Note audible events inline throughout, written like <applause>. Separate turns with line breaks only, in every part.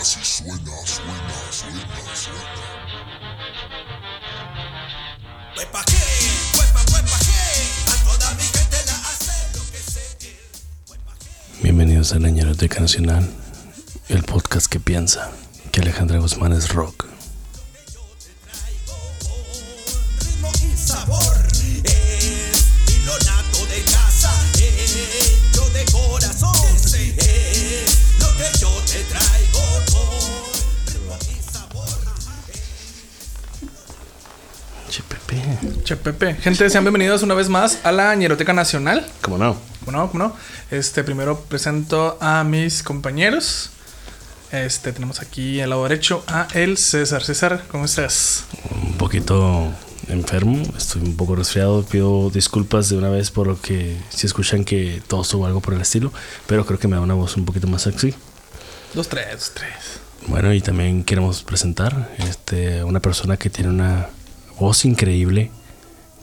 así suena, suena, suena, suena.
Huepa que, huepa, huepa que, pues a toda mi gente la hace lo que se quiere.
Bienvenidos a Leñeroteca Nacional, el podcast que piensa que Alejandra Guzmán es rock.
Ritmo y sabor es lo nato de casa, es lo de corazón, es lo que yo te traigo con ritmo y sabor.
Che, Pepe.
Che Pepe, gente, sean bienvenidos una vez más a la Ñeroteca Nacional.
¿Cómo no?
Bueno, no, cómo no. Este, primero presento a mis compañeros. Este, tenemos aquí al lado derecho a el César. César, ¿cómo estás?
Un poquito enfermo, estoy un poco resfriado, pido disculpas de una vez por lo que si escuchan que tos o algo por el estilo, pero creo que me da una voz un poquito más sexy.
Dos, tres, dos, tres.
Bueno, y también queremos presentar este, una persona que tiene una voz increíble,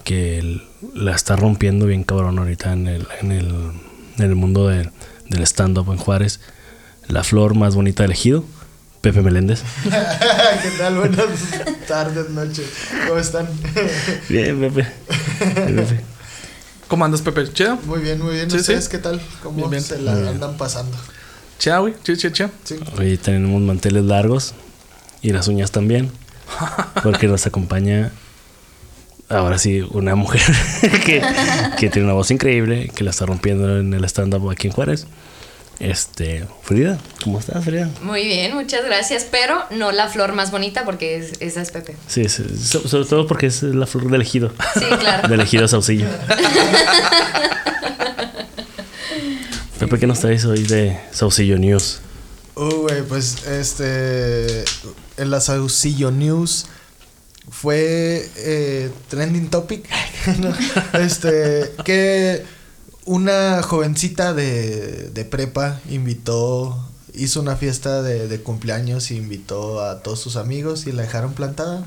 que l- la está rompiendo bien cabrón ahorita en el, en el, en el mundo de- del stand-up en Juárez. La flor más bonita del ejido, Pepe Meléndez.
¿Qué tal? Buenas <laughs> tardes, noches. ¿Cómo están? <laughs>
Bien, Pepe. Bien, Pepe.
¿Cómo andas, Pepe? ¿Chido?
Muy bien, muy bien.
Sí,
¿Ustedes
sí.
qué tal? ¿Cómo
Bien, bien.
se la andan pasando?
¿Chida, güey? ¿Chida, chida, chida?
Sí.
Hoy tenemos manteles largos y las uñas también, porque nos acompaña ahora sí una mujer <laughs> que, que tiene una voz increíble, que la está rompiendo en el stand-up aquí en Juárez. Este, Frida, ¿cómo estás, Frida?
Muy bien, muchas gracias, pero no la flor más bonita porque es- esa es Pepe.
Sí, sí, so- sobre todo porque es la flor del ejido,
Sí, claro.
<laughs> del ejido Saucillo. Pepe, ¿qué nos traes hoy de Saucillo News?
Uh, güey, pues este. En la Saucillo News fue eh, trending topic. <laughs> ¿no? Este. Que una jovencita de, de prepa invitó. Hizo una fiesta de, de cumpleaños y invitó a todos sus amigos y la dejaron plantada.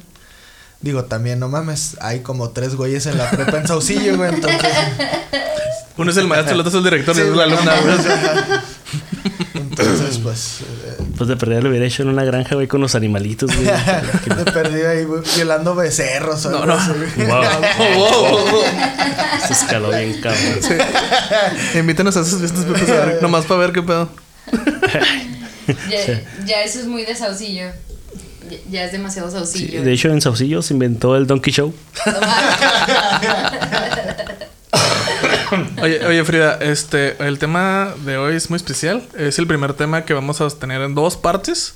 Digo, también, no mames, hay como tres güeyes en la prepa en Saucillo, güey, entonces.
Uno es el maestro, el otro es el director y el otro <laughs> es la
no
alumna, güey.
mames, ajá. Entonces, pues. eh,
Pues de perder lo hubiera hecho en una granja, güey, con los animalitos, güey.
Me <laughs> perdí ahí güey, violando becerros o algo así. güey.
<laughs> Wow.
<laughs> Oh, wow, wow, wow.
Se escaló bien, cabrón.
<laughs> Invítanos a esos fiestas, Pepe, a ver, nomás para ver qué pedo.
Ya, ya eso es muy de saucillo. Ya, ya es demasiado
Sí,
saucillo.
de hecho, en Saucillo se inventó el Donkey Show.
Oye, oye, Frida, este, el tema de hoy es muy especial. Es el primer tema que vamos a tener en dos partes.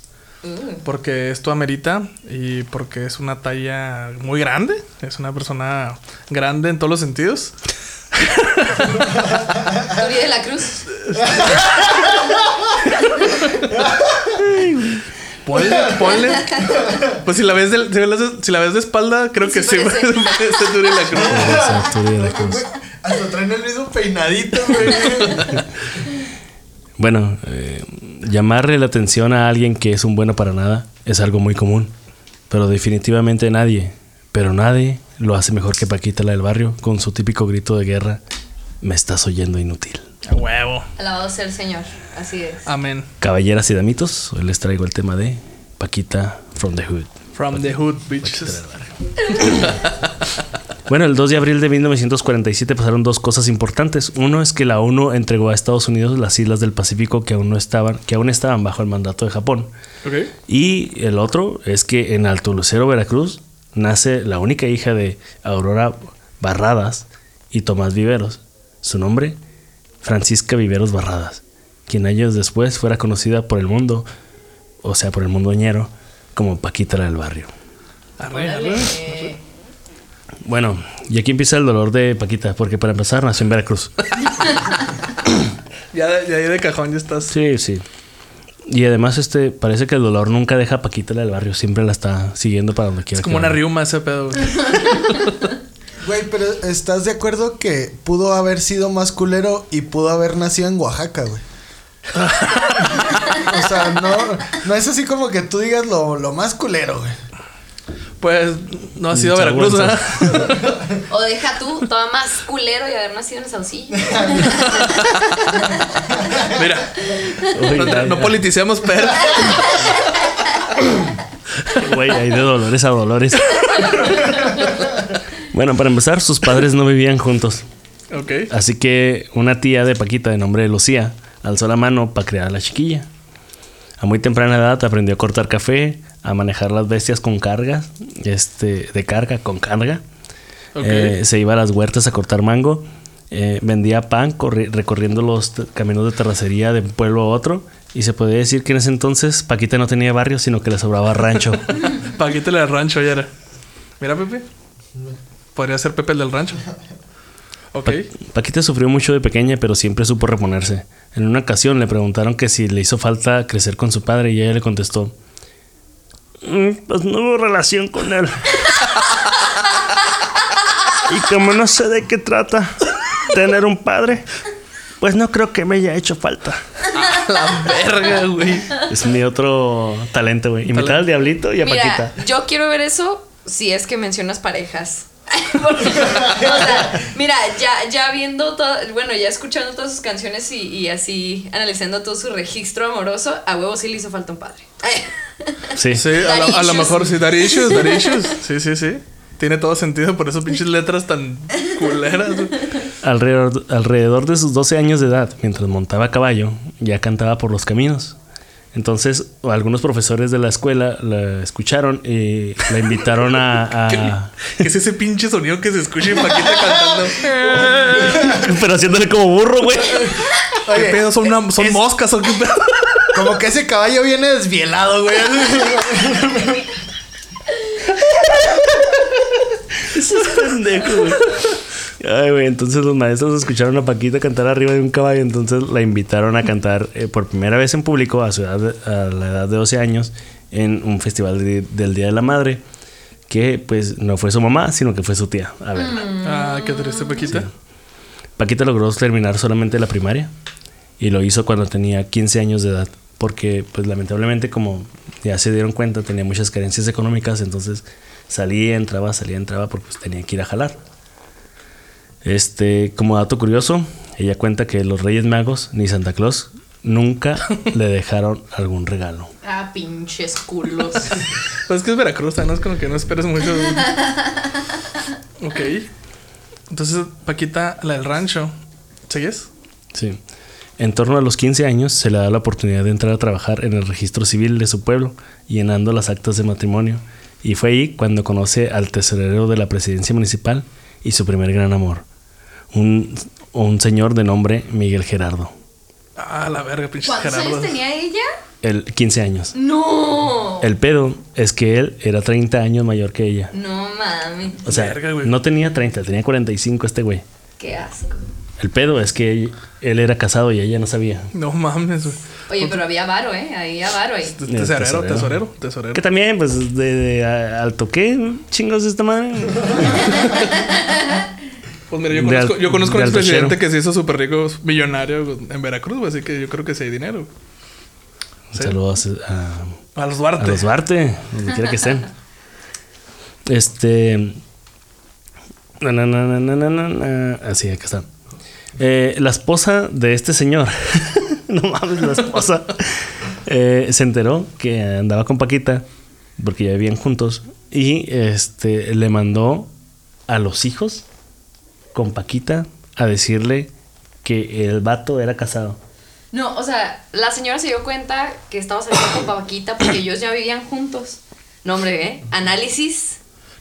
Porque esto amerita y porque es una talla muy grande. Es una persona grande en todos los sentidos.
Uri de la Cruz.
Ponle, ponle. Pues si la ves de, si la ves de- si la ves de espalda, creo que sí.
Sí parece.
parece- <laughs> parece Uri de la Cruz.
Hasta traen el mismo peinadito, güey.
Bueno, eh, llamarle la atención a alguien que es un bueno para nada es algo muy común. Pero definitivamente nadie, pero nadie lo hace mejor que Paquita la del barrio con su típico grito de guerra. Me estás oyendo inútil.
A huevo.
Alabado sea el Señor. Así es.
Amén.
Caballeras y damitos, hoy les traigo el tema de Paquita from the Hood.
From the hood, bitches.
Bueno, el 2 de abril de 1947 pasaron dos cosas importantes. Uno es que la ONU entregó a Estados Unidos las islas del Pacífico que aún no estaban, que aún estaban bajo el mandato de Japón.
Ok.
Y el otro es que en Alto Lucero, Veracruz, nace la única hija de Aurora Barradas y Tomás Viveros. Su nombre, Francisca Viveros Barradas, quien años después fuera conocida por el mundo, o sea, por el mundo ñero, como Paquita la del barrio.
Arre,
Órale.
arre.
Eh,
Bueno, y aquí empieza el dolor de Paquita, porque para empezar nació en Veracruz.
Ya, de- ya ahí de cajón ya estás.
Sí, sí. Y además, este, parece que el dolor nunca deja a Paquita la del barrio, siempre la está siguiendo para donde quiera.
Es como
que
una
vaya.
riuma ese pedo. güey.
Güey, pero ¿estás de acuerdo que pudo haber sido más culero y pudo haber nacido en Oaxaca, güey? o sea, no, no es así como que tú digas lo, lo más culero, güey.
Pues no ha sido
Mucha
Veracruz,
vergüenza.
¿verdad? <laughs>
O deja tú, toma más culero y haber nacido en saucillo.
Mira,
Uy,
no,
ya,
no
ya. <laughs>
politicemos, pero.
Güey, hay de dolores a dolores. bueno, para empezar, sus padres no vivían juntos.
Ok.
Así que una tía de Paquita de nombre Lucía alzó la mano para crear a la chiquilla. A muy temprana edad aprendió a cortar café, a manejar las bestias con cargas, este, de carga, con carga.
Ok.
Eh, se iba a las huertas a cortar mango, eh, vendía pan corri- recorriendo los t- caminos de terracería de un pueblo a otro. Y se podía decir que en ese entonces Paquita no tenía barrio, sino que le sobraba rancho.
Paquita la del rancho ya era. Mira, Pepe. Podría ser Pepe el del rancho. Ok.
Pa- Paquita sufrió mucho de pequeña, pero siempre supo reponerse. En una ocasión le preguntaron que si le hizo falta crecer con su padre y ella le contestó, "Mm, pues no hubo relación con él. y como no sé de qué trata tener un padre, pues no creo que me haya hecho falta.
La verga, güey.
Es mi otro talento, güey. Imitar al diablito y a
Mira,
Paquita.
yo quiero ver eso si es que mencionas parejas. <laughs> Porque, o sea, mira, ya, ya viendo todo, bueno, ya escuchando todas sus canciones y, y así analizando todo su registro amoroso, a huevo sí le hizo falta un padre. <laughs>
Sí.
Sí, a lo- a
Daddy
lo
issues.
mejor sí, dar issues, dar issues. Sí, sí, sí. Tiene todo sentido por eso pinches letras tan culeras. güey.
Alrededor, alrededor de sus 12 años de edad, mientras montaba a caballo, ya cantaba por los caminos. Entonces, algunos profesores de la escuela la escucharon y la invitaron a. a-
¿Qué es ese pinche sonido que se escucha en Paquita cantando?
pero haciéndole como burro, güey.
¿Qué
Oye,
pedo? ¿Son, una- son moscas o qué pedo?
como que ese caballo viene desvielado, <laughs> güey.
Pendejo, güey. Ay, güey, entonces los maestros escucharon a Paquita cantar arriba de un caballo, entonces la invitaron a cantar eh, por primera vez en público a, su edad de- a la edad de 12 años en un festival de- del Día de la Madre, que pues no fue su mamá, sino que fue su tía. A ver.
Ah, qué triste, Paquita.
Paquita logró terminar solamente la primaria y lo hizo cuando tenía 15 años de edad, porque pues lamentablemente como ya se dieron cuenta tenía muchas carencias económicas, entonces salía, entraba, salía, entraba porque pues, tenía que ir a jalar. Este, como dato curioso, ella cuenta que los Reyes Magos ni Santa Claus nunca le dejaron algún regalo.
Ah, pinches <laughs> culos.
Pues es que es Veracruz, ¿no? Es como que no esperes mucho. ok. Entonces, Paquita, la del rancho. ¿Sigues?
Sí. En torno a los 15 años se le da la oportunidad de entrar a trabajar en el registro civil de su pueblo, llenando las actas de matrimonio. Y fue ahí cuando conoce al tesorero de la presidencia municipal y su primer gran amor, un, un señor de nombre Miguel Gerardo.
Ah, la verga, pinche
¿Cuántos
Gerardo.
años tenía ella?
El 15 años.
No.
El pedo es que él era 30 años mayor que ella.
No mami,
O sea,
Verga, güey.
no tenía 30, tenía 45 este güey.
qué asco.
El pedo es que él- él era casado y ella no sabía.
No mames, güey.
Oye, pero había varo, ¿eh? Ahí avaro <laughs> ahí.
Te-
El
Tesorero,
tesorero.
tesorero, tesorero.
Que también, pues, de, de a- alto qué, chingos de esta madre.
Pues mira, yo
De
conozco,
al-
yo conozco
de al
un
techero.
presidente que se hizo súper rico, millonario güey, en Veracruz, güey, así que yo creo que sí hay dinero. Sí.
Saludos a,
A los
a
Duarte.
los Duarte, donde quiera que estén. Este. na, na, na, na, na, na, na, na. Así, acá está. Eh, la esposa de este señor, <laughs> no mames, la esposa, eh, se enteró que andaba con Paquita, porque ya vivían juntos, y este le mandó a los hijos con Paquita a decirle que el vato era casado.
No, o sea, la señora se dio cuenta que estaba saliendo con Paquita porque ellos ya vivían juntos. No, hombre, ¿eh? Análisis.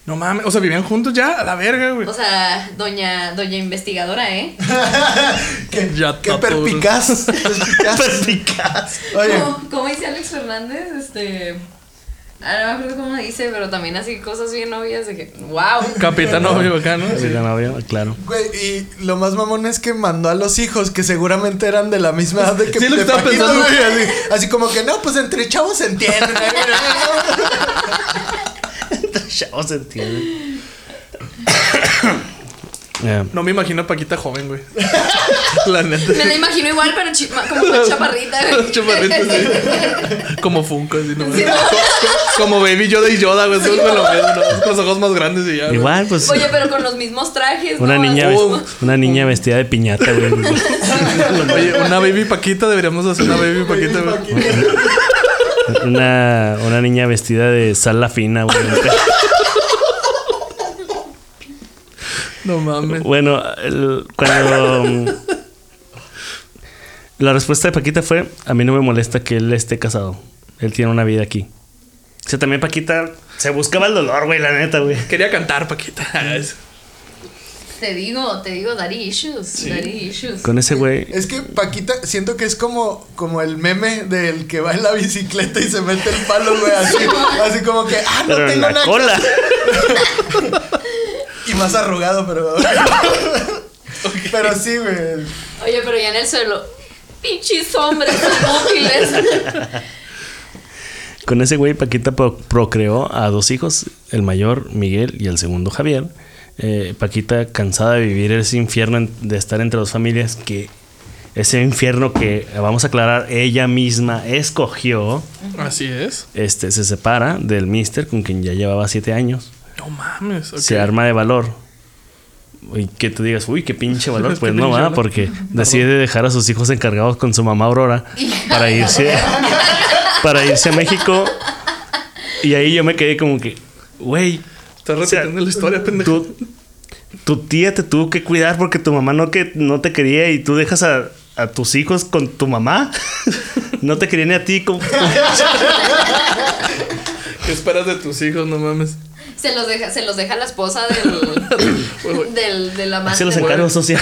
No mames, o sea, vivían juntos ya, a la verga, güey.
O sea, doña, doña investigadora, ¿eh?
Qué,
Ya
qué
tapó.
perpicaz. perpicaz. Oye,
Como, como dice Alex Fernández, este. ah, No me acuerdo cómo dice, pero también así cosas bien obvias de que. ¡Wow!
<laughs>
Capitán obvio acá, ¿no? Sí.
Era novio, claro.
güey, y lo más mamón es que mandó a los hijos que seguramente eran de la misma edad de que
Sí, lo que
de
estaba
Paquito,
pensando.
güey, así, así como que no, pues entre chavos se entienden. ¿eh?
Chavo se entiende.
No me imagino a Paquita joven, güey. <laughs> la neta.
Me la imagino igual, pero chi- ma- como una chaparrita, <laughs> güey.
Chaparrita, sí. <laughs> Como Funko, así, no mames. Como Baby Yoda y Yoda, güey. Eso me lo veo, ¿no? Con los ojos más grandes y ya. güey.
Igual, pues.
Oye, pero con los mismos trajes.
Una
¿no?
niña,
Así
ves-
como-
una niña vestida de piñata,
<laughs>
güey.
Oye, una Baby Paquita, deberíamos hacer una Baby Paquita, güey.
Una, una niña vestida de sala fina, obviamente.
No mames.
Bueno, el- cuando. mm, la respuesta de Paquita fue: A mí no me molesta que él esté casado. Él tiene una vida aquí. O sea, también Paquita se buscaba el dolor, güey, la neta, güey.
Quería cantar, Paquita. <laughs> haga eso.
Te digo, te digo, daddy issues. Daddy issues.
Con ese güey.
Es que Paquita, siento que es como, como el meme del que va en la bicicleta y se mete el palo, güey, así, así como que, ah, no
Pero en
tengo
la
nada que
cola.
hacer. Y más arrugado, pero. <laughs> Pero sí, güey.
Oye, pero ya en el suelo. Pinches hombres inútiles.
Con ese güey, Paquita pro- procreó a dos hijos, el mayor Miguel y el segundo Javier. Eh, Paquita, cansada de vivir ese infierno en- de estar entre dos familias, que ese infierno que, vamos a aclarar, ella misma escogió,
Así es.
este, se separa del mister con quien ya llevaba siete años.
No mames. ok.
Se arma de valor. Y que tú digas, uy, qué pinche valor.
Qué
Pues no
pinche
va,
valor.
porque decide dejar a sus hijos encargados con su mamá Aurora para irse, para irse a México. Y ahí yo me quedé como que, güey,
Estás
o sea,
repitiendo la historia, pendejo.
tú- tu tía te tuvo que cuidar porque tu mamá no, que, no te quería y tú dejas a, a tus hijos con tu mamá. <laughs> no te quería ni a ti. como-
¿Qué esperas de tus hijos? No mames.
Se los deja, se los deja la esposa
<coughs>
del. del, del amante.
se los encargo social.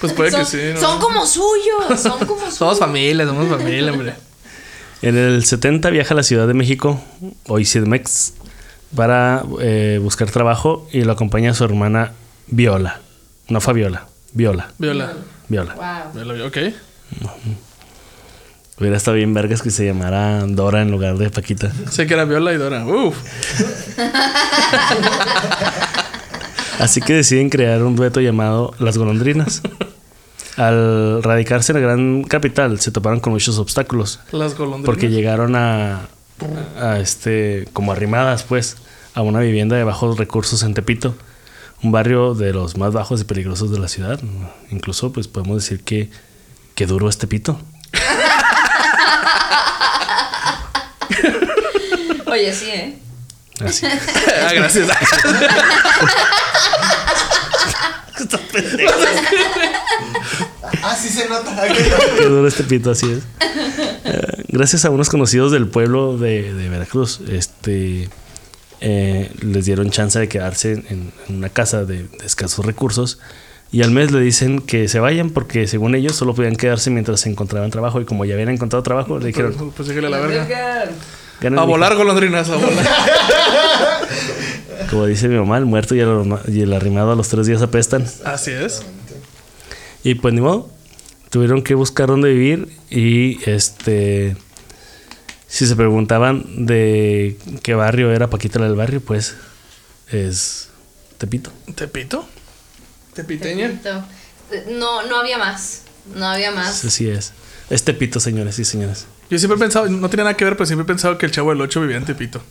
Pues puede
son,
que sí. ¿no?
son como suyos, son como suyos.
Somos familia, somos familia, hombre.
En el 70 viaja a la Ciudad de México, hoy CIDMEX, para eh, buscar trabajo y lo acompaña su hermana Viola. No Fabiola, Viola,
Viola.
Viola.
Wow.
Viola, ok.
Hubiera estado bien vergas que se llamara Dora en lugar de Paquita.
Sé que era Viola y Dora. Uf.
Así que deciden crear un dueto llamado Las Golondrinas. Al radicarse en la gran capital, se toparon con muchos obstáculos.
Las golondrinas.
Porque llegaron a, a este, como arrimadas, pues, a una vivienda de bajos recursos en Tepito, un barrio de los más bajos y peligrosos de la ciudad. Incluso, pues, podemos decir que, que este duro es Tepito.
Oye, sí, ¿eh?
Así.
<laughs>
<laughs>
Ah, gracias.
Ah, sí se nota.
Qué duro este pito, así es. Eh, gracias a unos conocidos del pueblo de, de Veracruz, este, eh, les dieron chance de quedarse en, en una casa de, de escasos recursos. Y al mes le dicen que se vayan porque según ellos solo podían quedarse mientras se encontraban trabajo. Y como ya habían encontrado trabajo, le dijeron,
Pues síguele a la verga.
"Ganen,
A
mijo".
volar, golondrinas, a volar.
Como dice mi mamá, el muerto y el, arma- y el arrimado a los tres días apestan.
<laughs> Así es.
Y pues ni modo. Tuvieron que buscar dónde vivir. Y este. Si se preguntaban de qué barrio era Paquita la del barrio, pues es Tepito.
¿Tepito? ¿Tepiteña?
No, no había más. No había más.
Así es. Es Tepito, señores y señores.
Yo siempre he pensado, no tiene nada que ver, pero siempre he pensado que el chavo del 8 vivía en Tepito.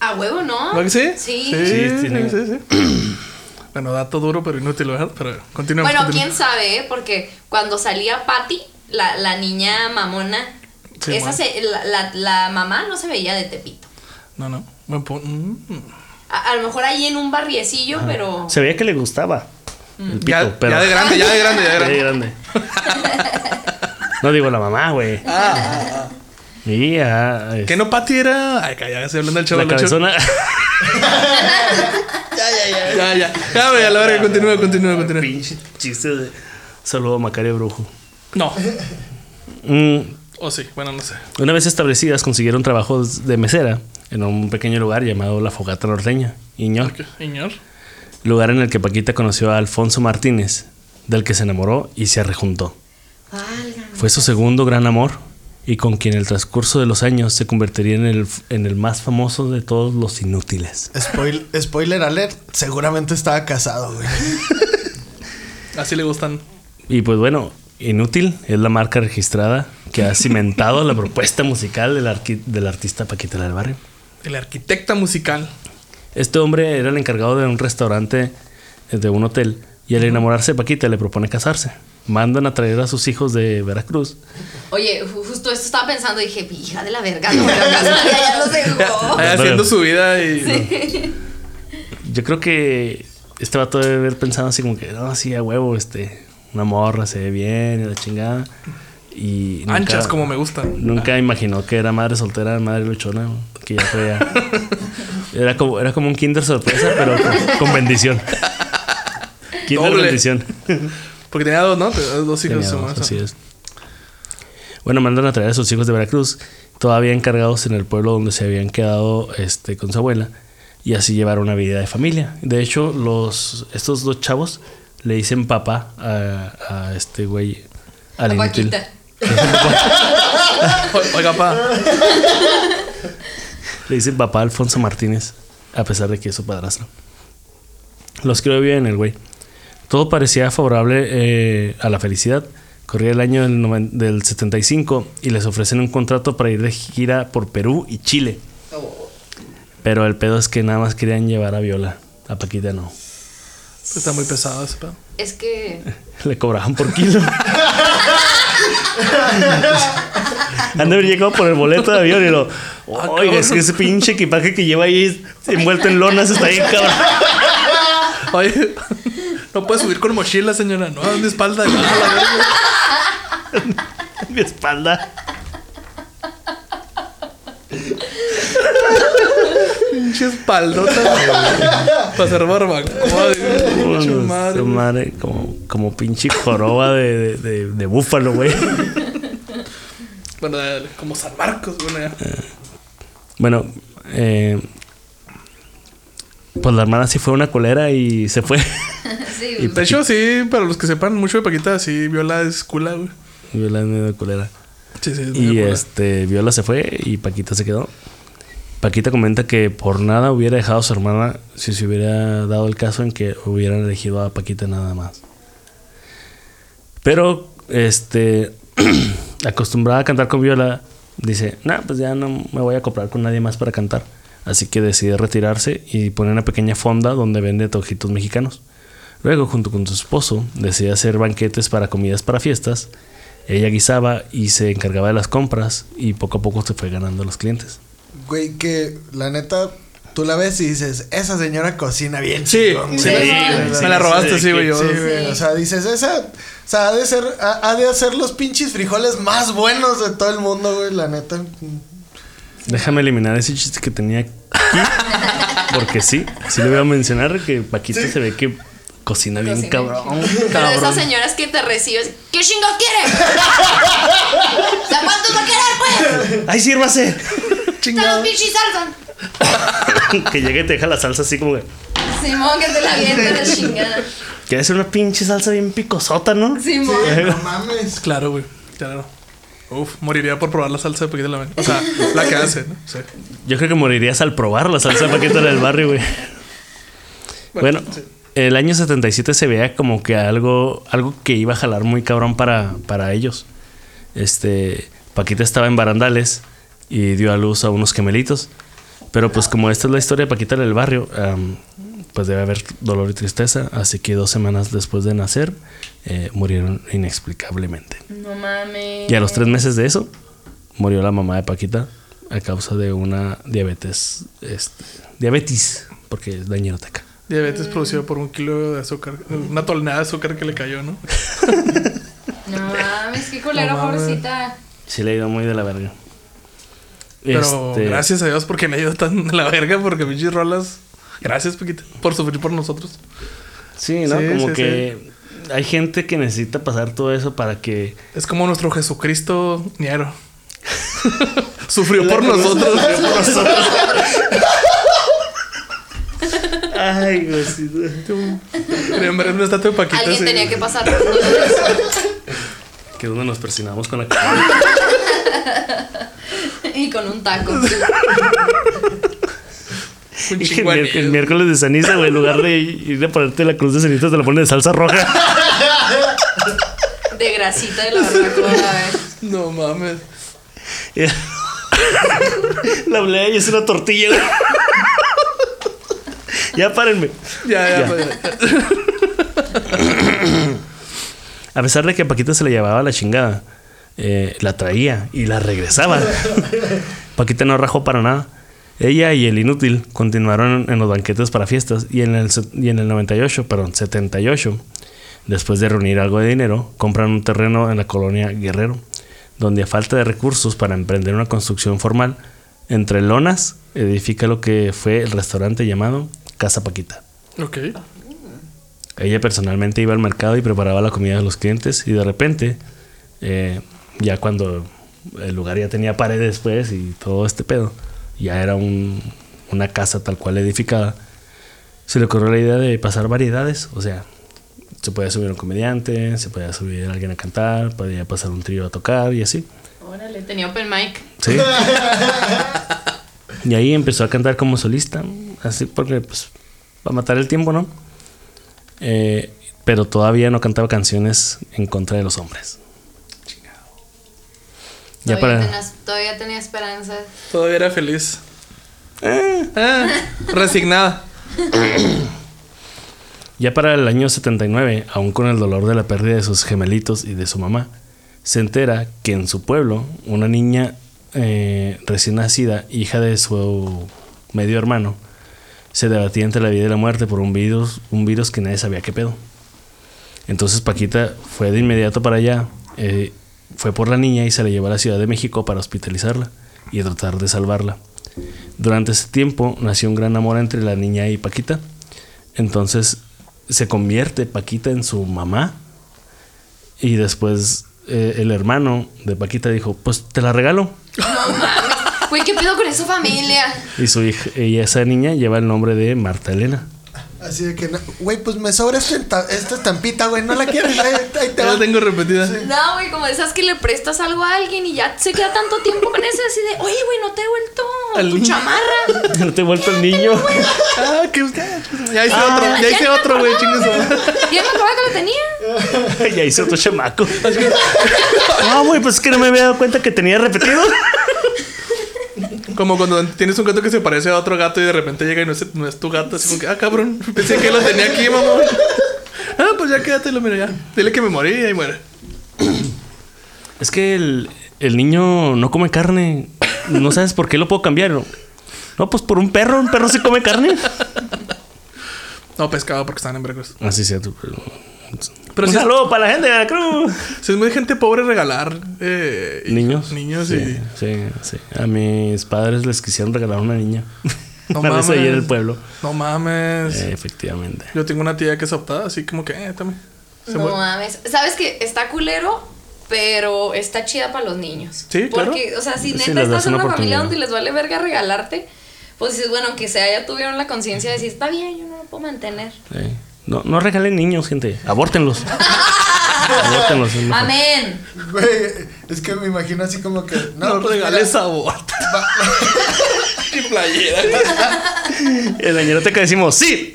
A huevo, ¿no?
¿No que sí?
Sí.
Sí,
Sí, tiene-
sí, sí. <clears throat> bueno, dato duro, pero inútil, ¿verdad? Pero continuamos.
Bueno, quién
continuamos.
sabe, ¿eh? porque cuando salía Patty, la, la niña mamona,
Sí,
esa
bueno.
se- la, la- la mamá no se veía de Tepito.
No, no. Buen punto. Mm.
A, a lo mejor ahí en un barriecillo, pero.
Oh. Se veía que le gustaba el pito,
Ya,
pero.
ya de grande, ya de grande, ya de
Ya de
<laughs> grande.
grande. Ah, no digo la mamá, güey. Y ah, es-
Que no Pati era. Ay, calla, estoy hablando del chavo
la
del
<laughs>
8.
cabezona.
Ya, ya. Ya, güey, a la verga, continúa, continúa, continúa.
Pinche chiste de. Saludo a Macario Brujo.
No.
Mm,
O sí, bueno, no sé.
Una vez establecidas, consiguieron trabajos de mesera en un pequeño lugar llamado La Fogata Norteña, Iñor,
Ok, Señor.
lugar en el que Paquita conoció a Alfonso Martínez, del que se enamoró y se rejuntó.
Válgame.
Fue su segundo gran amor y con quien en el transcurso de los años se convertiría en el, en el más famoso de todos los inútiles.
Spoil- spoiler alert, seguramente estaba casado, güey.
Así le gustan.
Y pues bueno, Inútil es la marca registrada que ha cimentado la propuesta musical del, arqui- del artista Paquita la del Barrio.
El arquitecta musical.
Este hombre era el encargado de un restaurante eh, de un hotel y al enamorarse de Paquita le propone casarse. mandan a traer a sus hijos de Veracruz.
Oye, ju- justo esto estaba pensando y dije, hija de la verga, no, creo que Australia <laughs> ya
<laughs>
los dejó.
Ahí haciendo su vida y.
Yo creo que este vato debe haber pensado así como que, no, sí, a huevo, este, una morra se ve bien y la chingada. Y nunca-
Anchas como me gustan.
Nunca imaginó que era madre soltera, madre luchona, que ya traía.
<laughs>
Era como, era como un kinder sorpresa, pero con, con bendición. Kinder
Doble.
bendición.
Porque tenía dos, ¿no? Tenía Dos hijos.
Tenía
su
dos,
mamá.
así es. Bueno, mandan a traer a sus hijos de Veracruz, todavía encargados en el pueblo donde se habían quedado este, con su abuela, y así llevar una vida de familia. De hecho, los, estos dos chavos le dicen papá a, a este güey, al
La
inútil.
Paquita.
O- Oiga, pa.
Le dicen papá a Alfonso Martínez, a pesar de que es su padrastro. Los crió bien el güey. Todo parecía favorable eh, a la felicidad. Corría el año del, noven- del 75 y les ofrecen un contrato para ir de gira por Perú y Chile.
Oh,
Pero el pedo es que nada más querían llevar a Viola. A Paquita no. <laughs>
Está muy pesado ese pedo.
Es que. <laughs>
Le cobraban por kilo. <laughs> Han de haber llegado por el boleto de avión y lo. Oiga, es que ese pinche equipaje que lleva ahí envuelto en lonas está bien cabrón.
Oye, <laughs> no puedes subir con mochila, señora. No, en mi espalda. Ah, la verga.
<laughs> mi espalda. <laughs>
Pinche espaldota. Para hacer barbacoa. Pinche
Su
madre.
madre, como, como pinche joroba de, de, de- de búfalo,
<laughs>
güey.
Bueno, dale, como San Marcos, bueno, ya.
Bueno, eh, pues la hermana sí fue una colera y se fue.
Sí,
<laughs> Eh, Y
pues,
De hecho, sí, para los que sepan mucho de Paquita, sí, Viola es cula, güey.
Viola es medio colera.
Sí, sí, es muy
Y
cula.
este, Viola se fue y Paquita se quedó. Paquita comenta que por nada hubiera dejado a su hermana si se hubiera dado el caso en que hubieran elegido a Paquita nada más. Pero, este, <clears throat> acostumbrada a cantar con Viola, dice, nah, pues ya no me voy a comprar con nadie más para cantar. Así que decide retirarse y poner una pequeña fonda donde vende tojitos mexicanos. Luego, junto con su esposo, decide hacer banquetes para comidas para fiestas. Ella guisaba y se encargaba de las compras y poco a poco se fue ganando los clientes.
Güey, que la neta, tú la ves y dices, esa señora cocina bien.
Sí,
chingón,
sí,
güey".
sí, me la robaste, sí, güey. yo-
Sí, güey, o sea, dices, esa, o sea, ha de ser, ha, ha de hacer los pinches frijoles más buenos de todo el mundo, güey, la neta.
Déjame eliminar ese chiste que tenía <laughs> aquí. Porque sí, sí le voy a mencionar que Paquita se ve que cocina bien
Cocina
cabrón.
Pero de esas señoras que te recibes, ¿qué chingos quieres? <laughs> O sea, ¿Cuántos va a querer, pues?
¡Ay, sírvase!
Está los pinches salsa.
<laughs> que llegue y te deja la salsa así como que.
Simón, que te la viente la chingada.
Quiere hacer una pinche salsa bien picosota, ¿no?
Simón.
No mames.
Claro, güey. Claro. Uf, moriría por probar la salsa de Paquita la
<laughs>
O sea, la que hace, ¿no? Sí.
Yo creo que morirías al probar la salsa de Paquita del barrio, güey. Bueno,
sí.
el año 77 se veía como que algo, algo que iba a jalar muy cabrón para, para ellos. Este, Paquita estaba en barandales y dio a luz a unos gemelitos. Pero pues como esta es la historia de Paquita del barrio, am, pues debe haber dolor y tristeza. Así que dos semanas después de nacer, eh, murieron inexplicablemente.
No mames.
Y a los tres meses de eso, murió la mamá de Paquita a causa de una diabetes. este, diabetes, porque es dañinoteca. Mm.
Diabetes producido por un kilo de azúcar. Una tonelada de azúcar que le cayó, ¿no?
No mames, qué culero, pobrecita.
Sí le ha ido muy de la verga.
Pero
Este,
gracias a Dios porque me ayudó tan a la verga porque pinches rolas. Gracias, Paquita, por sufrir por nosotros.
Sí, ¿no?
Sí,
Como
sí,
que hay gente que necesita pasar todo eso para que...
Es como nuestro Jesucristo ñero. <laughs> Sufrió por nosotros.
Ay, güey. sí.
En verdad, una estatua de Paquita.
Alguien
sí.
tenía que pasar.
Que es donde nos persinamos <laughs> con la cara.
<laughs> y con un taco.
Un
Y que
chingo
el,
de
miérc- el
anillos.
miércoles de ceniza, güey, en lugar de ir a ponerte la cruz de ceniza, te la ponen de salsa roja.
De grasita de la barbacoa. eh.
No mames.
<laughs> la blea y es una tortilla, güey. ya párenme.
pues, Ya, ya, ya.
A pesar de que Paquita se la llevaba la chingada, eh, la traía y la regresaba. Paquita no rajó para nada. Ella y el inútil continuaron en los banquetes para fiestas y en el, se- y en el 98, perdón, 78, después de reunir algo de dinero, compran un terreno en la colonia Guerrero, donde a falta de recursos para emprender una construcción formal, entre lonas edifica lo que fue el restaurante llamado Casa Paquita.
Ok.
Ella personalmente iba al mercado y preparaba la comida de los clientes y de repente, eh, ya cuando el lugar ya tenía paredes pues y todo este pedo, ya era un- una casa tal cual edificada, se le ocurrió la idea de pasar variedades, o sea, se podía subir un comediante, se podía subir alguien a cantar, podía pasar un trío a tocar y así.
Órale, tenía open mic.
Sí. y ahí empezó a cantar como solista, así porque pues para matar el tiempo, ¿no? Eh, pero todavía no cantaba canciones en contra de los hombres. Ya
todavía,
para
tenías- todavía tenía esperanzas.
Todavía era feliz.
Eh.
Ah, resignada.
ya para el año 79, aún con el dolor de la pérdida de sus gemelitos y de su mamá, se entera que en su pueblo una niña eh, recién nacida, hija de su medio hermano, se debatía entre la vida y la muerte por un virus, un virus que nadie sabía qué pedo. Entonces Paquita fue de inmediato para allá, eh, fue por la niña y se la llevó a la Ciudad de México para hospitalizarla y tratar de salvarla. Durante ese tiempo nació un gran amor entre la niña y Paquita. Entonces se convierte Paquita en su mamá y después eh, el hermano de Paquita dijo, pues te la regalo.
Güey, ¿qué pedo con esa familia?
Y su hija, y esa niña lleva el nombre de Marta Elena. <laughs>
Así de que, no- güey, pues me sobra este enta- esta estampita, güey. No la quieres, ahí, ahí te
Ya
va.
la tengo repetida.
<laughs> No, güey, como esas que le prestas algo a alguien y ya se queda tanto tiempo con ese así de, oye, güey, no te he vuelto
Al
tu
niño.
<laughs>
chamarra.
no te he vuelto el niño.
Ah, que Ya hice
Ah.
otro, ya hice otro, güey, chingues.
Ya me acordaba que lo
<laughs>
tenía.
ya hice otro chamaco. no, güey, pues es que no me había dado cuenta que tenía repetido.
Como cuando tienes un gato que se parece a otro gato y de repente llega y no es, no es tu gato, así como que, ah, cabrón, pensé que lo tenía aquí, mamón. Ah, pues ya quédatelo, mira, ya. Dile que me morí y ahí muere.
Es que el, el niño no come carne. No sabes por qué lo puedo cambiar. No, pues por un perro, un perro sí come carne.
No, pescado porque estaban en vergüenza.
Así sea tu Ah, pero-
Pero
un
si es,
saludo para la gente de Veracruz.
si es muy gente pobre regalar eh, hijos-
Niños.
Niños
sí, Sí, sí. A mis padres les quisieron regalar una niña.
<laughs>
<laughs>
No
Una vez ahí en
mames.
el pueblo.
y. No mames.
Eh, efectivamente.
Yo tengo una tía que es adoptada, así como que, eh, también. Se
No
muere.
mames. Sabes que está culero, pero está chida para los niños.
Sí, claro.
Porque, o sea, si
Sí,
neta
les das
estás en
una
una
oportunidad.
familia donde les vale verga regalarte, pues dices, bueno, que sea, ya tuvieron la conciencia de decir, está bien, yo no lo puedo mantener.
Eh, No, no regalen niños, gente. Abórtenlos.
<laughs>
Abórtenlos. es mejor.
Amén.
Güey, es que me imagino así como que. No,
No,
pues, mira,
regales sabor. <laughs> Y playera.
<laughs> En la ñeroteca decimos sí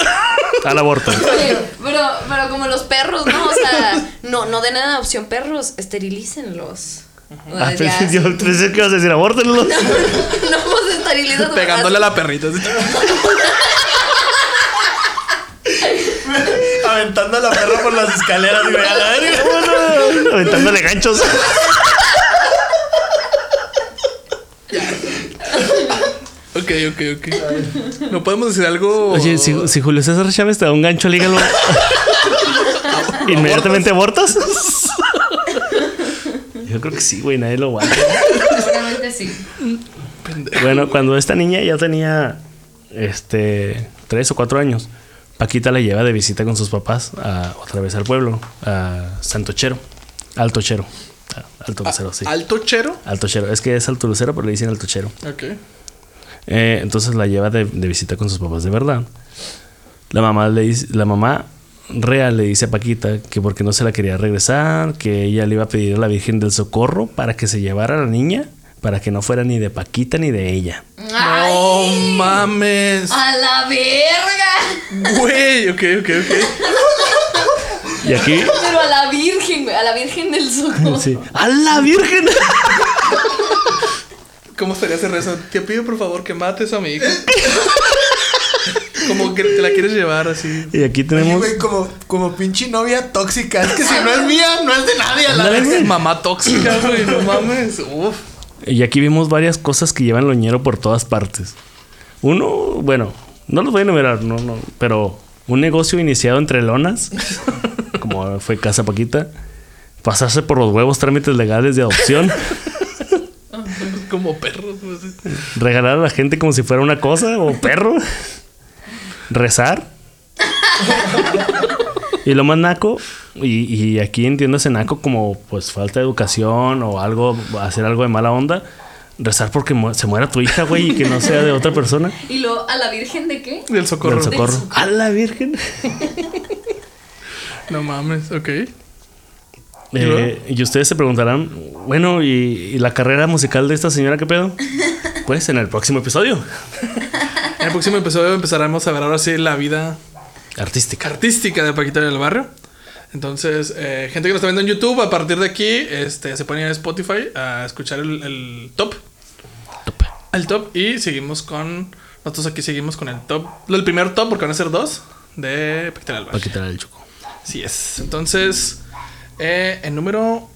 al aborto.
Oye, pero, pero como los perros, ¿no? O sea, no, no den nada opción perros, esterilícenlos. O sea,
Ah,
ya,
pensé- yo pensé que ibas a decir abórtenlos.
<laughs> No, pues esteriliza tu
Pegándole a
brazo.
la perrita. así. <laughs>
Aventando a la perra por las escaleras, güey. A la verga. <laughs> Aventándole ganchos.
Ok, ok, ok. No podemos decir algo.
Oye, si, si Julio César Chávez te da un gancho, lígalo. ¿Inmediatamente abortas? Yo creo que sí, güey, nadie lo aguanta.
Seguramente sí.
Bueno, cuando esta niña ya tenía este tres o cuatro años, Paquita la lleva de visita con sus papás a, otra vez al pueblo, a Santochero, Altochero, a- Ah, Alto Lucero, sí.
Alto chero.
Altochero, es que es Alto Lucero, pero le dicen Altochero.
Ok.
Eh, entonces la lleva de, de visita con sus papás de verdad. La mamá le dice, la mamá real le dice a Paquita que porque no se la quería regresar, que ella le iba a pedir a la Virgen del Socorro para que se llevara a la niña, para que no fuera ni de Paquita ni de ella.
No pues.
Ay, Ah.
mames.
a la verga.
Güey, ok, ok, ok.
Y aquí <laughs>
Pero a la virgen, güey, a la virgen del socorro.
Sí. ¡A la Virgen! <laughs>
¿Cómo estaría ese rezo? Te pido por favor que mates a mi hijo. <laughs> Como que te la quieres llevar así.
Y aquí
Oye,
tenemos.
güey, como, como pinche novia tóxica. Es que si no es mía, no es de nadie. A la
Ándale,
verga.
güey.
Mamá tóxica,
<laughs>
güey, no mames. Uf.
Y aquí vimos varias cosas que llevan loñero por todas partes. Uno, bueno, no los voy a enumerar, no, no, pero un negocio iniciado entre lonas, como fue Casa Paquita, pasarse por los huevos trámites legales de adopción,
Como perros, pues.
regalar a la gente como si fuera una cosa o perro, rezar. Y lo más naco, y, y aquí entiéndase naco como pues falta de educación o algo, hacer algo de mala onda, rezar porque mu- se muera tu hija, güey, y que no sea de otra persona.
¿Y luego a la Virgen de qué?
Del socorro.
Del socorro. A la virgen.
No mames, ok.
Eh, y ustedes se preguntarán, bueno, ¿y, y la carrera musical de esta señora qué pedo? Pues en el próximo episodio.
En el próximo episodio empezaremos a ver ahora sí la vida
Artística.
artística de Paquita del Barrio. Entonces, eh, gente que nos está viendo en YouTube, a partir de aquí este, se ponen a Spotify a escuchar el, el top. El top y seguimos con... Nosotros aquí seguimos con el top. El primer top, porque van a ser dos, de Paquita del
Para
Barrio.
quitar el chuco.
Así es. Entonces, eh, el número...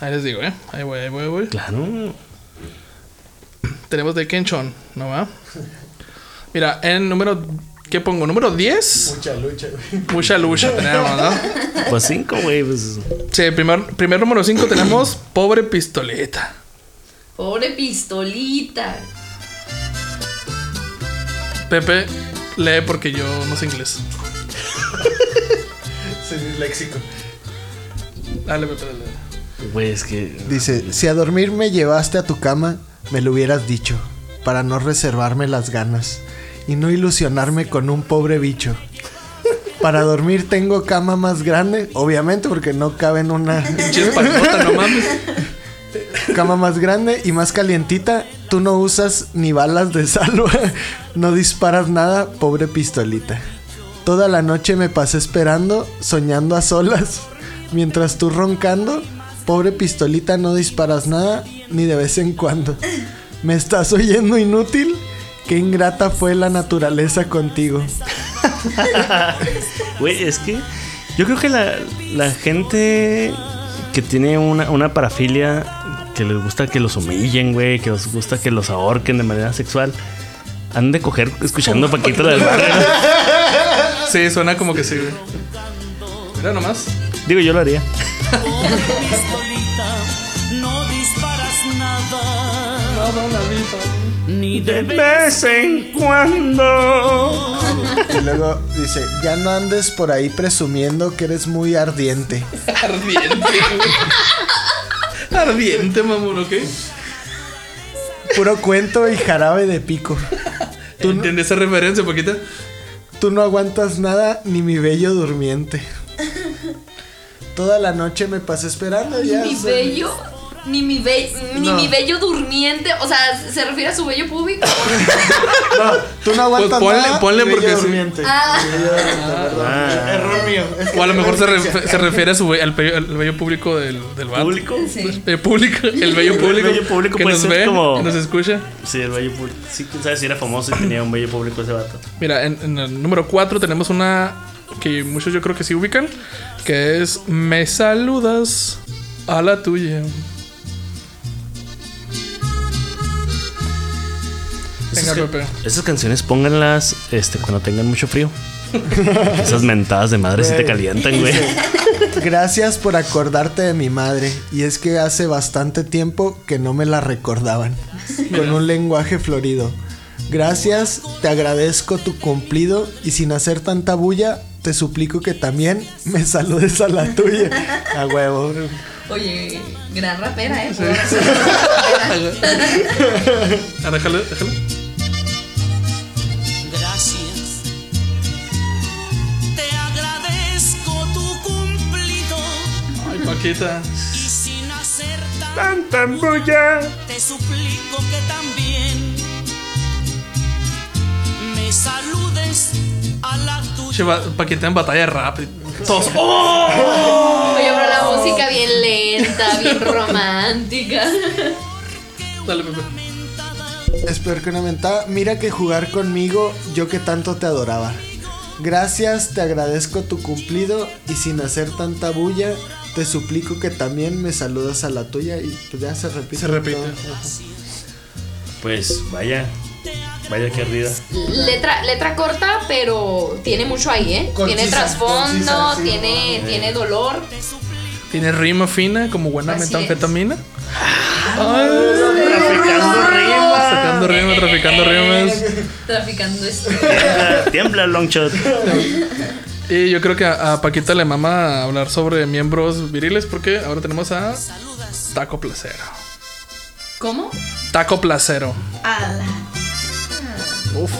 Ahí les digo, ¿eh? Ahí voy, ahí voy, ahí voy.
Claro.
Tenemos de Kenchon, ¿no va? Mira, en número... ¿Qué pongo? Número 10.
Mucha lucha,
<laughs>
güey.
Mucha lucha tenemos, ¿no?
Pues cinco, güey. pues,
Sí, primer, primer número 5 tenemos Pobre Pistoleta.
Pobre pistolita.
Pepe, lee porque yo no sé inglés.
Soy disléxico.
Dale, Pepe, dale. dale.
Güey, es que.
Dice: Si a dormir me llevaste a tu cama, me lo hubieras dicho. Para no reservarme las ganas. Y no ilusionarme con un pobre bicho. Para dormir tengo cama más grande, obviamente, porque no cabe en una
Pinche espantota, no mames.
cama más grande y más calientita. Tú no usas ni balas de salva, <laughs> no disparas nada, pobre pistolita. Toda la noche me pasé esperando, soñando a solas, mientras tú roncando, pobre pistolita, no disparas nada, ni de vez en cuando. ¿Me estás oyendo inútil? Qué ingrata fue la naturaleza contigo.
Güey, es que. Yo creo que la, la gente que tiene una, una parafilia que les gusta que los humillen, güey, que les gusta que los ahorquen de manera sexual, han de coger escuchando a Paquita del Barrio.
Sí, suena como que sí, güey. Mira nomás.
Digo, yo lo haría.
pistolita, no disparas nada, ni de
vez en cuando.
Y luego dice, ya no andes por ahí presumiendo que eres muy ardiente.
Ardiente, güey. Ardiente, mamón, ¿ok?
Puro cuento y jarabe de pico. Tú no-
¿Entiendes esa referencia, Paquita?
Tú no aguantas nada ni mi bello durmiente. Toda la noche me pasé esperando ya.
Mi
o sea,
bello. Ni mi, be- ni
No.
mi bello durmiente. O sea, ¿se refiere a su bello público?
No, tú no aguantas
Pues ponle-
nada.
ponle
mi
porque
bello
sí.
durmiente.
Ah.
Mi bello durmiente, perdón. Error mío. Es que
O a lo
tengo
mejor se,
dislexia.
ref- se refiere a su be- al, pe- al bello público del, del bar.
¿Público?
<laughs> Sí.
El público, el bello público,
bello público
que
puede
nos
ser
ve,
como-
que nos escucha.
Sí, el bello público. Sí, quién sabe si era famoso y tenía un bello público ese vato.
Mira, en, en el número 4 tenemos una que muchos yo creo que sí ubican, que es Me saludas a la tuya. Venga,
Esas, ca-
<laughs> Pepe.
esas canciones pónganlas este, cuando tengan mucho
<laughs>
frío. esas mentadas de madre si te calientan, güey.
Gracias por acordarte de mi madre. Y es que hace bastante tiempo que no me la recordaban. Con un lenguaje florido. Gracias, te agradezco tu cumplido. Y sin hacer tanta bulla, te suplico que también me saludes a la tuya. A huevo. bro.
Oye, gran rapera, ¿eh?
Ah, déjalo, déjalo.
gracias. Te agradezco tu cumplido
Ay, Paquita.
y sin hacer tan
Tanta bulla.
te suplico que también me saludes a la
Che,
tuya.
va- Paquita en batalla de rap. <laughs> Todos. ¡Oh!
Oye, pero
Oh.
la
<laughs>
música bien lenta, bien romántica.
Dale, Pepe.
Es peor que una mentada. Mira que jugar conmigo, yo que tanto te adoraba. Gracias, te agradezco tu cumplido y sin hacer tanta bulla, te suplico que también me saludas a la tuya y pues ya se repite.
Se repite.
todo. Ajá.
Pues vaya, vaya que ardida.
Letra, letra corta, pero tiene mucho ahí, ¿eh?
Concisa,
tiene trasfondo,
concisa, sí,
tiene, tiene dolor.
Tiene rima fina como buena
Así
metanfetamina.
Traficando
Sacando rimas, traficando rimas.
<laughs> Traficando esto.
Tiembla, tiembla, Longshot.
Y yo creo que a, a Paquita le mama hablar sobre miembros viriles porque ahora tenemos a Taco Placero.
¿Cómo?
Taco Placero. Uf.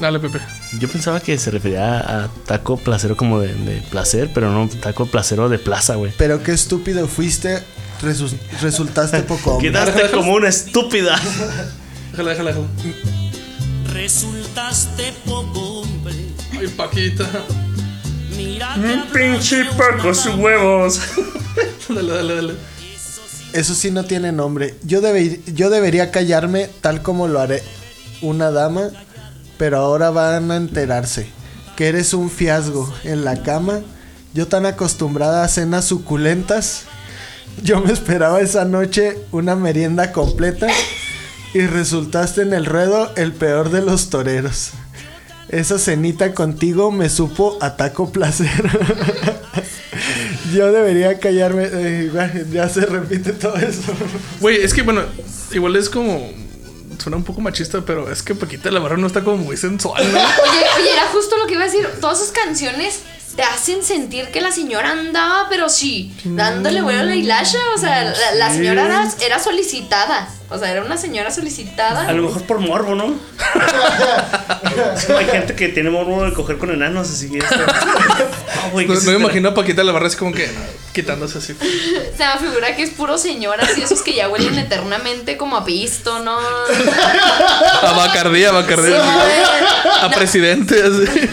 Dale, Pepe.
Yo pensaba que se refería a, a taco placero como de, de placer, pero no taco placero de plaza, güey.
Pero qué estúpido fuiste, resu- resultaste poco hombre.
Quedaste como una estúpida.
Déjala, déjala, déjala.
Resultaste poco hombre.
Ay, Paquita.
Mírate atrás de una dama.
huevos.
<laughs> Dale, dale, dale.
Eso sí no tiene nombre. Yo, debe- yo debería callarme tal como lo haré una dama, pero ahora van a enterarse que eres un fiasco en la cama. Yo tan acostumbrada a cenas suculentas, yo me esperaba esa noche una merienda completa y resultaste en el ruedo el peor de los toreros. Esa cenita contigo me supo ataco placer. <laughs> Yo debería callarme. eh, igual, ya se repite todo eso.
Güey, es que bueno, igual es como. Suena un poco machista, pero es que Paquita la verdad no está como muy sensual,
<laughs>
¿no?
Oye, oye, era justo lo que iba a decir. Todas sus canciones te hacen sentir que la señora andaba, pero sí, dándole vuelo a la hilacha. O sea, la, la señora era, era solicitada. O sea, era una señora
A
solicitada.
lo mejor por morbo, ¿no?
<laughs>
Es como hay gente que tiene morbo de coger con enanos, así que. Ah, güey, ¿qué
No, no
es
me
esta-
imagino a Paquita la barra así como que ah, quitándose así.
Se me figura que es puro señoras y esos que ya huelen eternamente como a pisto,
<laughs>
¿no?
A Bacardí, a Bacardí. A presidente, así.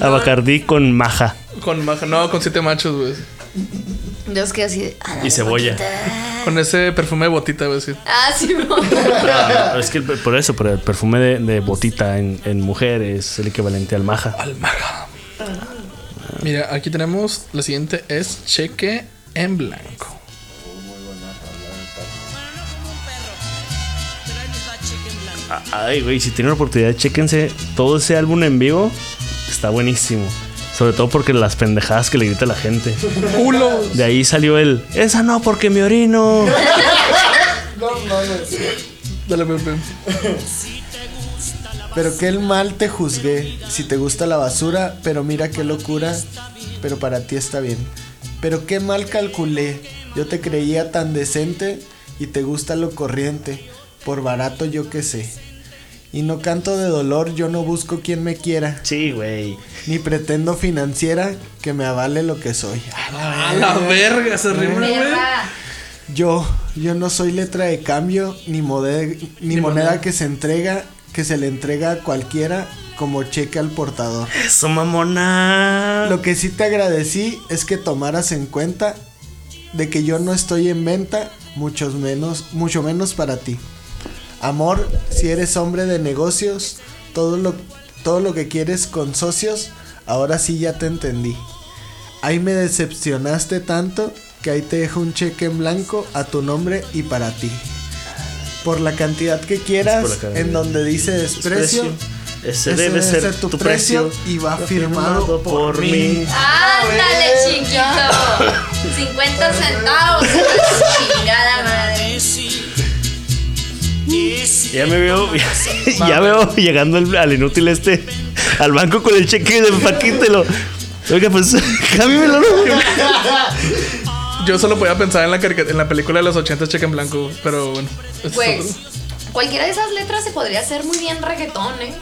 A Bacardí con maja
Con maja, no, con siete machos, güey.
Dios que así. de,
y cebolla.
Con ese perfume de botita, güey. así.
Ah, sí, <laughs> mo.
Ah, es que por eso, por el perfume de, de botita en, en mujer es el equivalente al maja.
Al maja. Mira, aquí tenemos. La siguiente es cheque en blanco.
Ah, Ay, güey, si tienen oportunidad, chéquense todo ese álbum en vivo. Está buenísimo. Sobre todo porque las pendejadas que le grita la gente.
¡Culo!
De ahí salió el, esa no, porque me orino.
Dale, Pepe.
Pero qué el mal te juzgué. Si te gusta la basura, pero mira qué locura. Pero para ti está bien. Pero qué mal calculé. Yo te creía tan decente y te gusta lo corriente. Por barato yo qué sé. Y no canto de dolor, yo no busco quien me quiera.
Sí, güey.
Ni pretendo financiera que me avale lo que soy.
A la verga, se rima, güey.
Perra.
Yo, yo no soy letra de cambio, ni, mode- ni, moneda, que se entrega, que se le entrega a cualquiera como cheque al portador.
Eso, mamona.
Lo que sí te agradecí es que tomaras en cuenta de que yo no estoy en venta, muchos menos, mucho menos para ti. Amor, si eres hombre de negocios, todo lo, todo lo que quieres con socios, ahora sí ya te entendí. Ahí me decepcionaste tanto que ahí te dejo un cheque en blanco a tu nombre y para ti. Por la cantidad que
por la
quieras,
cantidad.
en donde dice desprecio,
Ese debe ser, tu precio.
y va
Está
firmado, por, mí.
Ándale, chiquito. 50 centavos. Chingada madre.
Ya me veo, <laughs> ya, veo llegando el- al inútil este, al banco con el cheque de paquítelo. Oiga, pues, <laughs> cámbiamelo, ¿no?
<laughs>
Yo solo podía pensar en la, carica- en la película de los 80 cheque en blanco, pero bueno. es
Pues, cualquiera de esas letras se podría hacer muy bien reggaetón, ¿eh?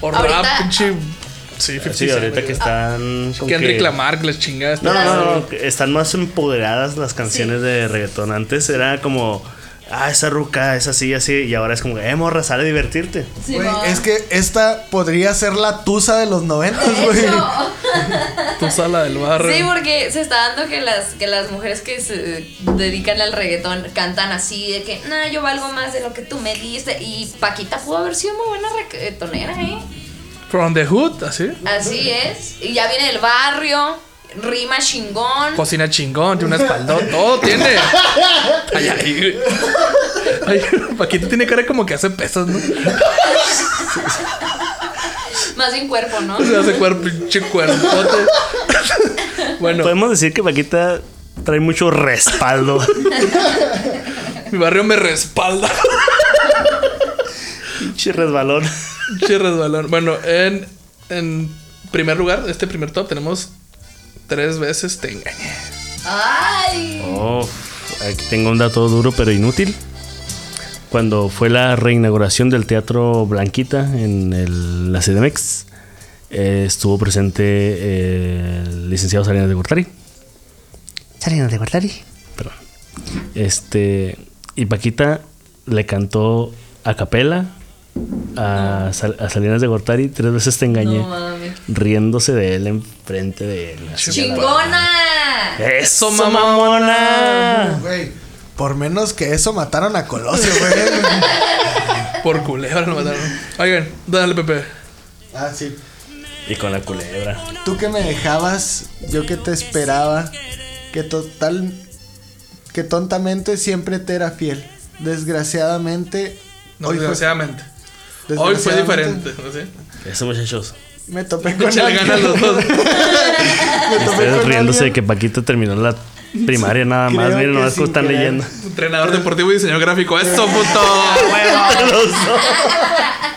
O
ahorita-
rap, pinche. Sí, 50
Sí, ahorita que están. con
Ah, Kendrick
que-
Lamar, las chingadas.
No, no, no, no, están más empoderadas las canciones de reggaetón. Antes era como
ah, esa ruca es así, así, y ahora es como, eh, morra, sale a divertirte.
Sí,
Güey,
no.
es que esta podría ser la tusa de los noventas,
De
güey.
hecho,
<laughs> Tu sala del barrio.
Sí, porque se está dando que las, que las mujeres que se dedican al reggaetón cantan así de que, nah, yo valgo más de lo que tú me diste. Y Paquita pudo haber sido muy buena reggaetonera, ¿eh?
From the hood, así.
Así es. Y ya viene del barrio, rima chingón.
Cocina chingón, tiene un espaldón, todo tiene. Ay, ay, ay. <laughs> Paquito tiene cara como que hace pesas, ¿no?
Más bien cuerpo, ¿no?
Se hace cuerpo, pinche cuerpote. <laughs> Bueno,
Podemos decir que Paquita trae mucho respaldo. <laughs>
mi barrio me respalda. <laughs>
Pinche resbalón.
Pinche resbalón. Bueno, en, en primer lugar, este primer top tenemos tres veces te engañé.
Ay.
Oh, aquí tengo un dato duro pero inútil. Cuando fue la reinauguración del Teatro Blanquita en el- la CDMX, eh, estuvo presente eh, el licenciado Salinas de Gortari. Salinas de Gortari. Perdón. Este, y Paquita le cantó a capela a, Sal- a Salinas de Gortari tres veces te engañé,
No mames.
riéndose de él enfrente de él. así.
Chingona.
Eso,
mamona.
Güey, por menos que eso mataron a Colosio,
<laughs>
güey.
Por culebra lo mataron. Oigan, dale, Pepe.
ah, sí.
Y con la culebra.
Tú que me dejabas, yo que te esperaba, que total, que tontamente siempre te era fiel. Desgraciadamente,
No,
hoy fue-
desgraciadamente. Hoy fue
desgraciadamente,
diferente. ¿no? ¿Sí?
Eso, muchachos.
Me
<laughs>
topé con
Échale
alguien.
ganas
<laughs>
los dos.
Me topé
Ustedes
con
riéndose de
alguien.
que Paquito terminó la primaria nada más.
creo
Miren,
que
nomás cómo
sin
están
querer.
leyendo.
Entrenador deportivo y diseñador gráfico. ¡Eso, puto!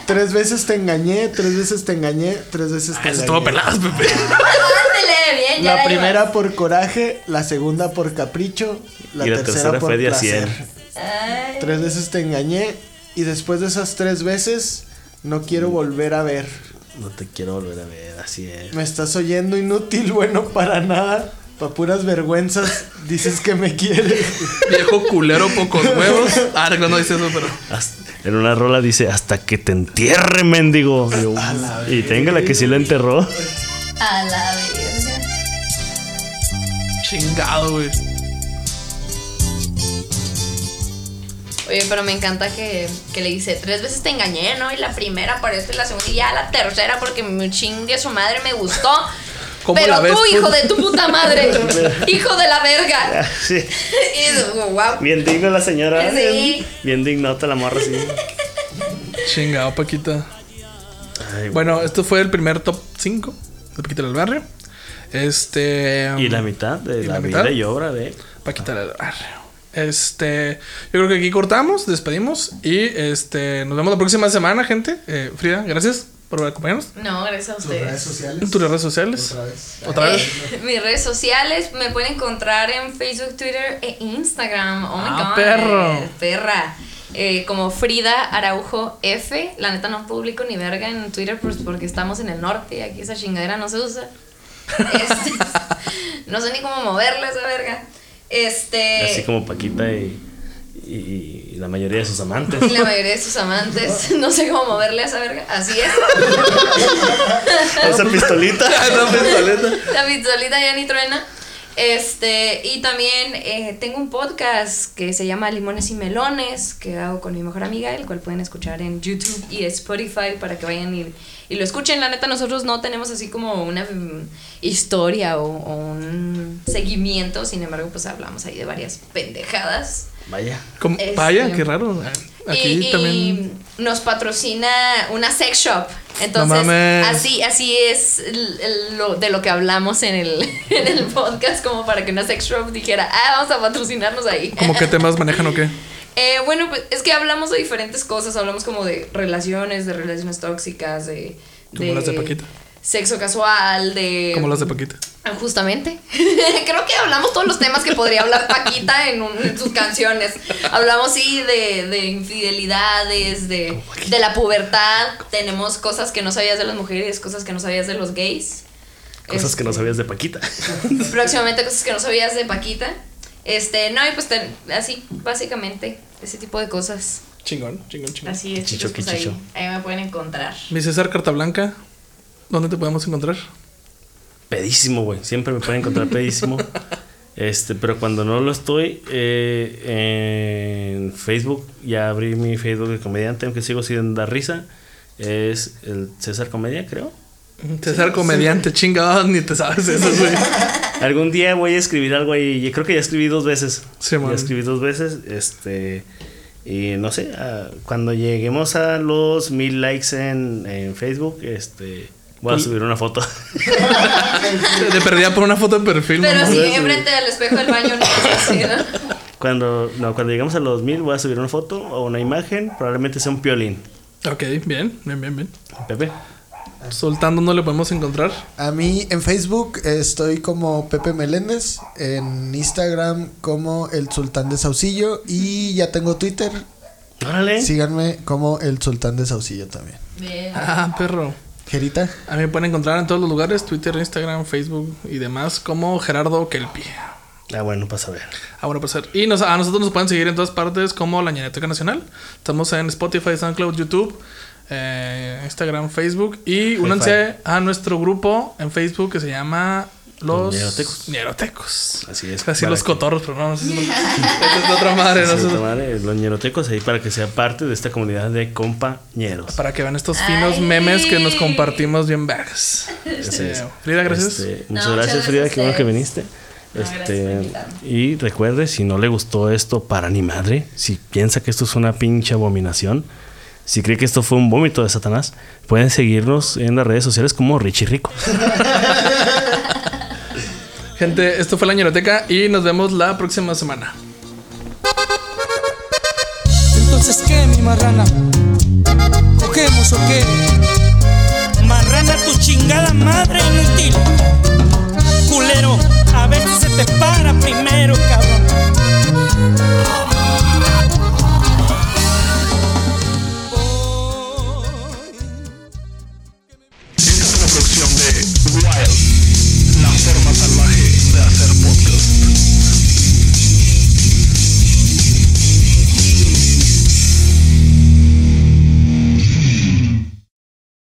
Tres veces te engañé, tres veces te engañé, tres veces te
Ah, Eso
engañé.
estuvo pelado, Pepe.
Ándele, bien, ya
La
iba.
primera por coraje, la segunda por capricho, la,
Y la
tercera,
tercera
por
fue de a
placer.
cien.
Ay.
Tres veces te engañé y después de esas tres veces no
Mm.
quiero volver a ver.
No te quiero volver a ver, así es.
Me estás oyendo inútil, bueno para nada. Pa' puras vergüenzas, dices que me quieres.
Viejo culero, pocos huevos. Ah, no, no dice eso, pero.
Hasta- en una rola dice, hasta que te entierre, mendigo. Y yo, Y tenga la que sí la enterró.
A la verga.
Chingado, güey.
Oye, pero me encanta que, que le dice, tres veces te engañé, ¿no? Y la primera por esto y la segunda y ya la tercera porque me chingue su madre me gustó.
¿Cómo
pero
la ves,
tú,
puto?
hijo de tu
<laughs>
puta madre, hijo de la verga.
Sí.
Y digo, wow.
Bien digna la señora.
Sí.
Bien, bien dignota la morra, sí.
Chingado, Paquita.
Ay,
Bueno, esto fue el primer top 5 de Paquita del Barrio. Este.
Y la mitad de
¿Y
la,
la
vida
mitad?
y obra de...
Paquita del Barrio. Este. Yo creo que aquí cortamos, despedimos. Y este. Nos vemos la próxima semana, gente. Eh, Frida, gracias por acompañarnos.
No, gracias a ustedes.
sociales.
En tus redes sociales. Otra
vez.
Eh, <laughs> mis redes sociales me pueden encontrar en Facebook, Twitter e Instagram. Oh my
Ah,
God,
perro.
eh, Perra. Eh, como Frida Araujo F. La neta no publico ni verga en Twitter pues, porque estamos en el norte y aquí esa chingadera no se usa. Este, no sé ni cómo moverla esa verga. Este.
Así como Paquita y, y- y la mayoría de sus amantes.
Y la mayoría de sus amantes, no sé cómo moverle a esa verga. Así es.
Esa pistolita.
Esa pistoleta.
La pistolita ya ni truena. Este, y también eh, tengo un podcast que se llama Limones y Melones, que hago con mi mejor amiga, el cual pueden escuchar en YouTube y Spotify para que vayan y, y lo escuchen. La neta, nosotros no tenemos así como una mm, historia o, o un seguimiento, sin embargo, pues hablamos ahí de varias pendejadas.
Vaya.
Como-
Este-
Vaya, qué raro. Aquí
y, y
también.
nos patrocina una sex shop.
No
Entonces,
mames.
así, así es l- el- lo de lo que hablamos en el, <laughs> en el podcast, como para que una sex shop dijera, ah, vamos a patrocinarnos ahí.
¿Cómo qué temas manejan o qué?
<laughs> Eh, bueno, pues es que hablamos de diferentes cosas, hablamos como de relaciones, de relaciones tóxicas, de...
Como las de Paquita.
Sexo casual, de...
¿Cómo las de Paquita?
Ah, Justamente. <laughs> Creo que hablamos todos los temas que podría hablar Paquita en, un- en sus canciones. Hablamos, sí, de, de infidelidades, de, de la pubertad. Tenemos cosas que no sabías de las mujeres, cosas que no sabías de los gays. Este,
Cosas que no sabías de Paquita.
Próximamente cosas que no sabías de Paquita. Este, no, y pues te- así, básicamente, ese tipo de cosas.
Chingón, chingón, chingón.
Así es,
Chicho,
chicos, pues
que chicho.
Ahí, ahí me pueden encontrar.
Mi César Cartablanca, ¿dónde te podemos encontrar?
Pedísimo, güey. Siempre me pueden encontrar pedísimo. Este, pero cuando no lo estoy, eh, en Facebook, ya abrí mi Facebook de comediante, aunque sigo sin dar risa. Es el César Comedia, creo.
César Comediante, chingón, ni te sabes eso,
<laughs>
güey.
Algún día voy a escribir algo ahí. Yo creo que ya escribí dos veces.
Sí, man.
ya escribí dos veces. Este. Y no sé, ah, cuando lleguemos a los mil likes en, en Facebook, este. Voy a
Pol-
subir una foto.
Te perdía por una foto de perfil,
Pero
mamá.
sí,
eso.
enfrente del espejo del baño, no sé si, ¿no?
cuando, no, cuando lleguemos a los mil, voy a subir una foto o una imagen. Probablemente sea un piolín.
Ok, bien, bien, bien, bien.
Pepe.
Soltando no le podemos encontrar.
A mí en Facebook eh, estoy como Pepe Meléndez, en Instagram como El Sultán de Saucillo y ya tengo Twitter.
Órale.
Síganme como El Sultán de Saucillo también.
Bien.
Ah, perro.
Gerita,
A mí me pueden encontrar en todos los lugares, Twitter, Instagram, Facebook y demás, como Gerardo Kelpi.
Ah, bueno, pasa a ver.
Ah, bueno, pues y nos, a nosotros nos pueden seguir en todas partes como la Ñañateca Nacional. Estamos en Spotify, SoundCloud, YouTube, eh, Instagram, Facebook. Y únanse a nuestro grupo en Facebook que se llama Los
Los Ñerotecos.
Ñerotecos.
Así es.
Casi
Para
los
que-
cotorros, pero no, no sé si son- esa es de otra madre. no
Sí,
sé si-
puta madre, los ñerotecos ahí para que sea parte de esta comunidad de compañeros.
Para que vean estos finos
Ay.
memes que nos compartimos bien vergas.
Así es.
Este, Frida, gracias.
Este,
No,
muchas
muchas
gracias,
gracias
Frida,
a
qué bueno que
ustedes.
viniste.
No, gracias por
Este,
invitarme.
y recuerde, si no le gustó esto para ni madre, si piensa que esto es una pinche abominación, si cree que esto fue un vómito de Satanás, pueden seguirnos en las redes sociales como Richie Rico.
Gente, esto fue la Ñeroteca y nos vemos la próxima semana.
Entonces, ¿qué, mi marrana? ¿Cogemos o qué?
Marrana tu chingada madre inútil. Culero, a veces se te para primero.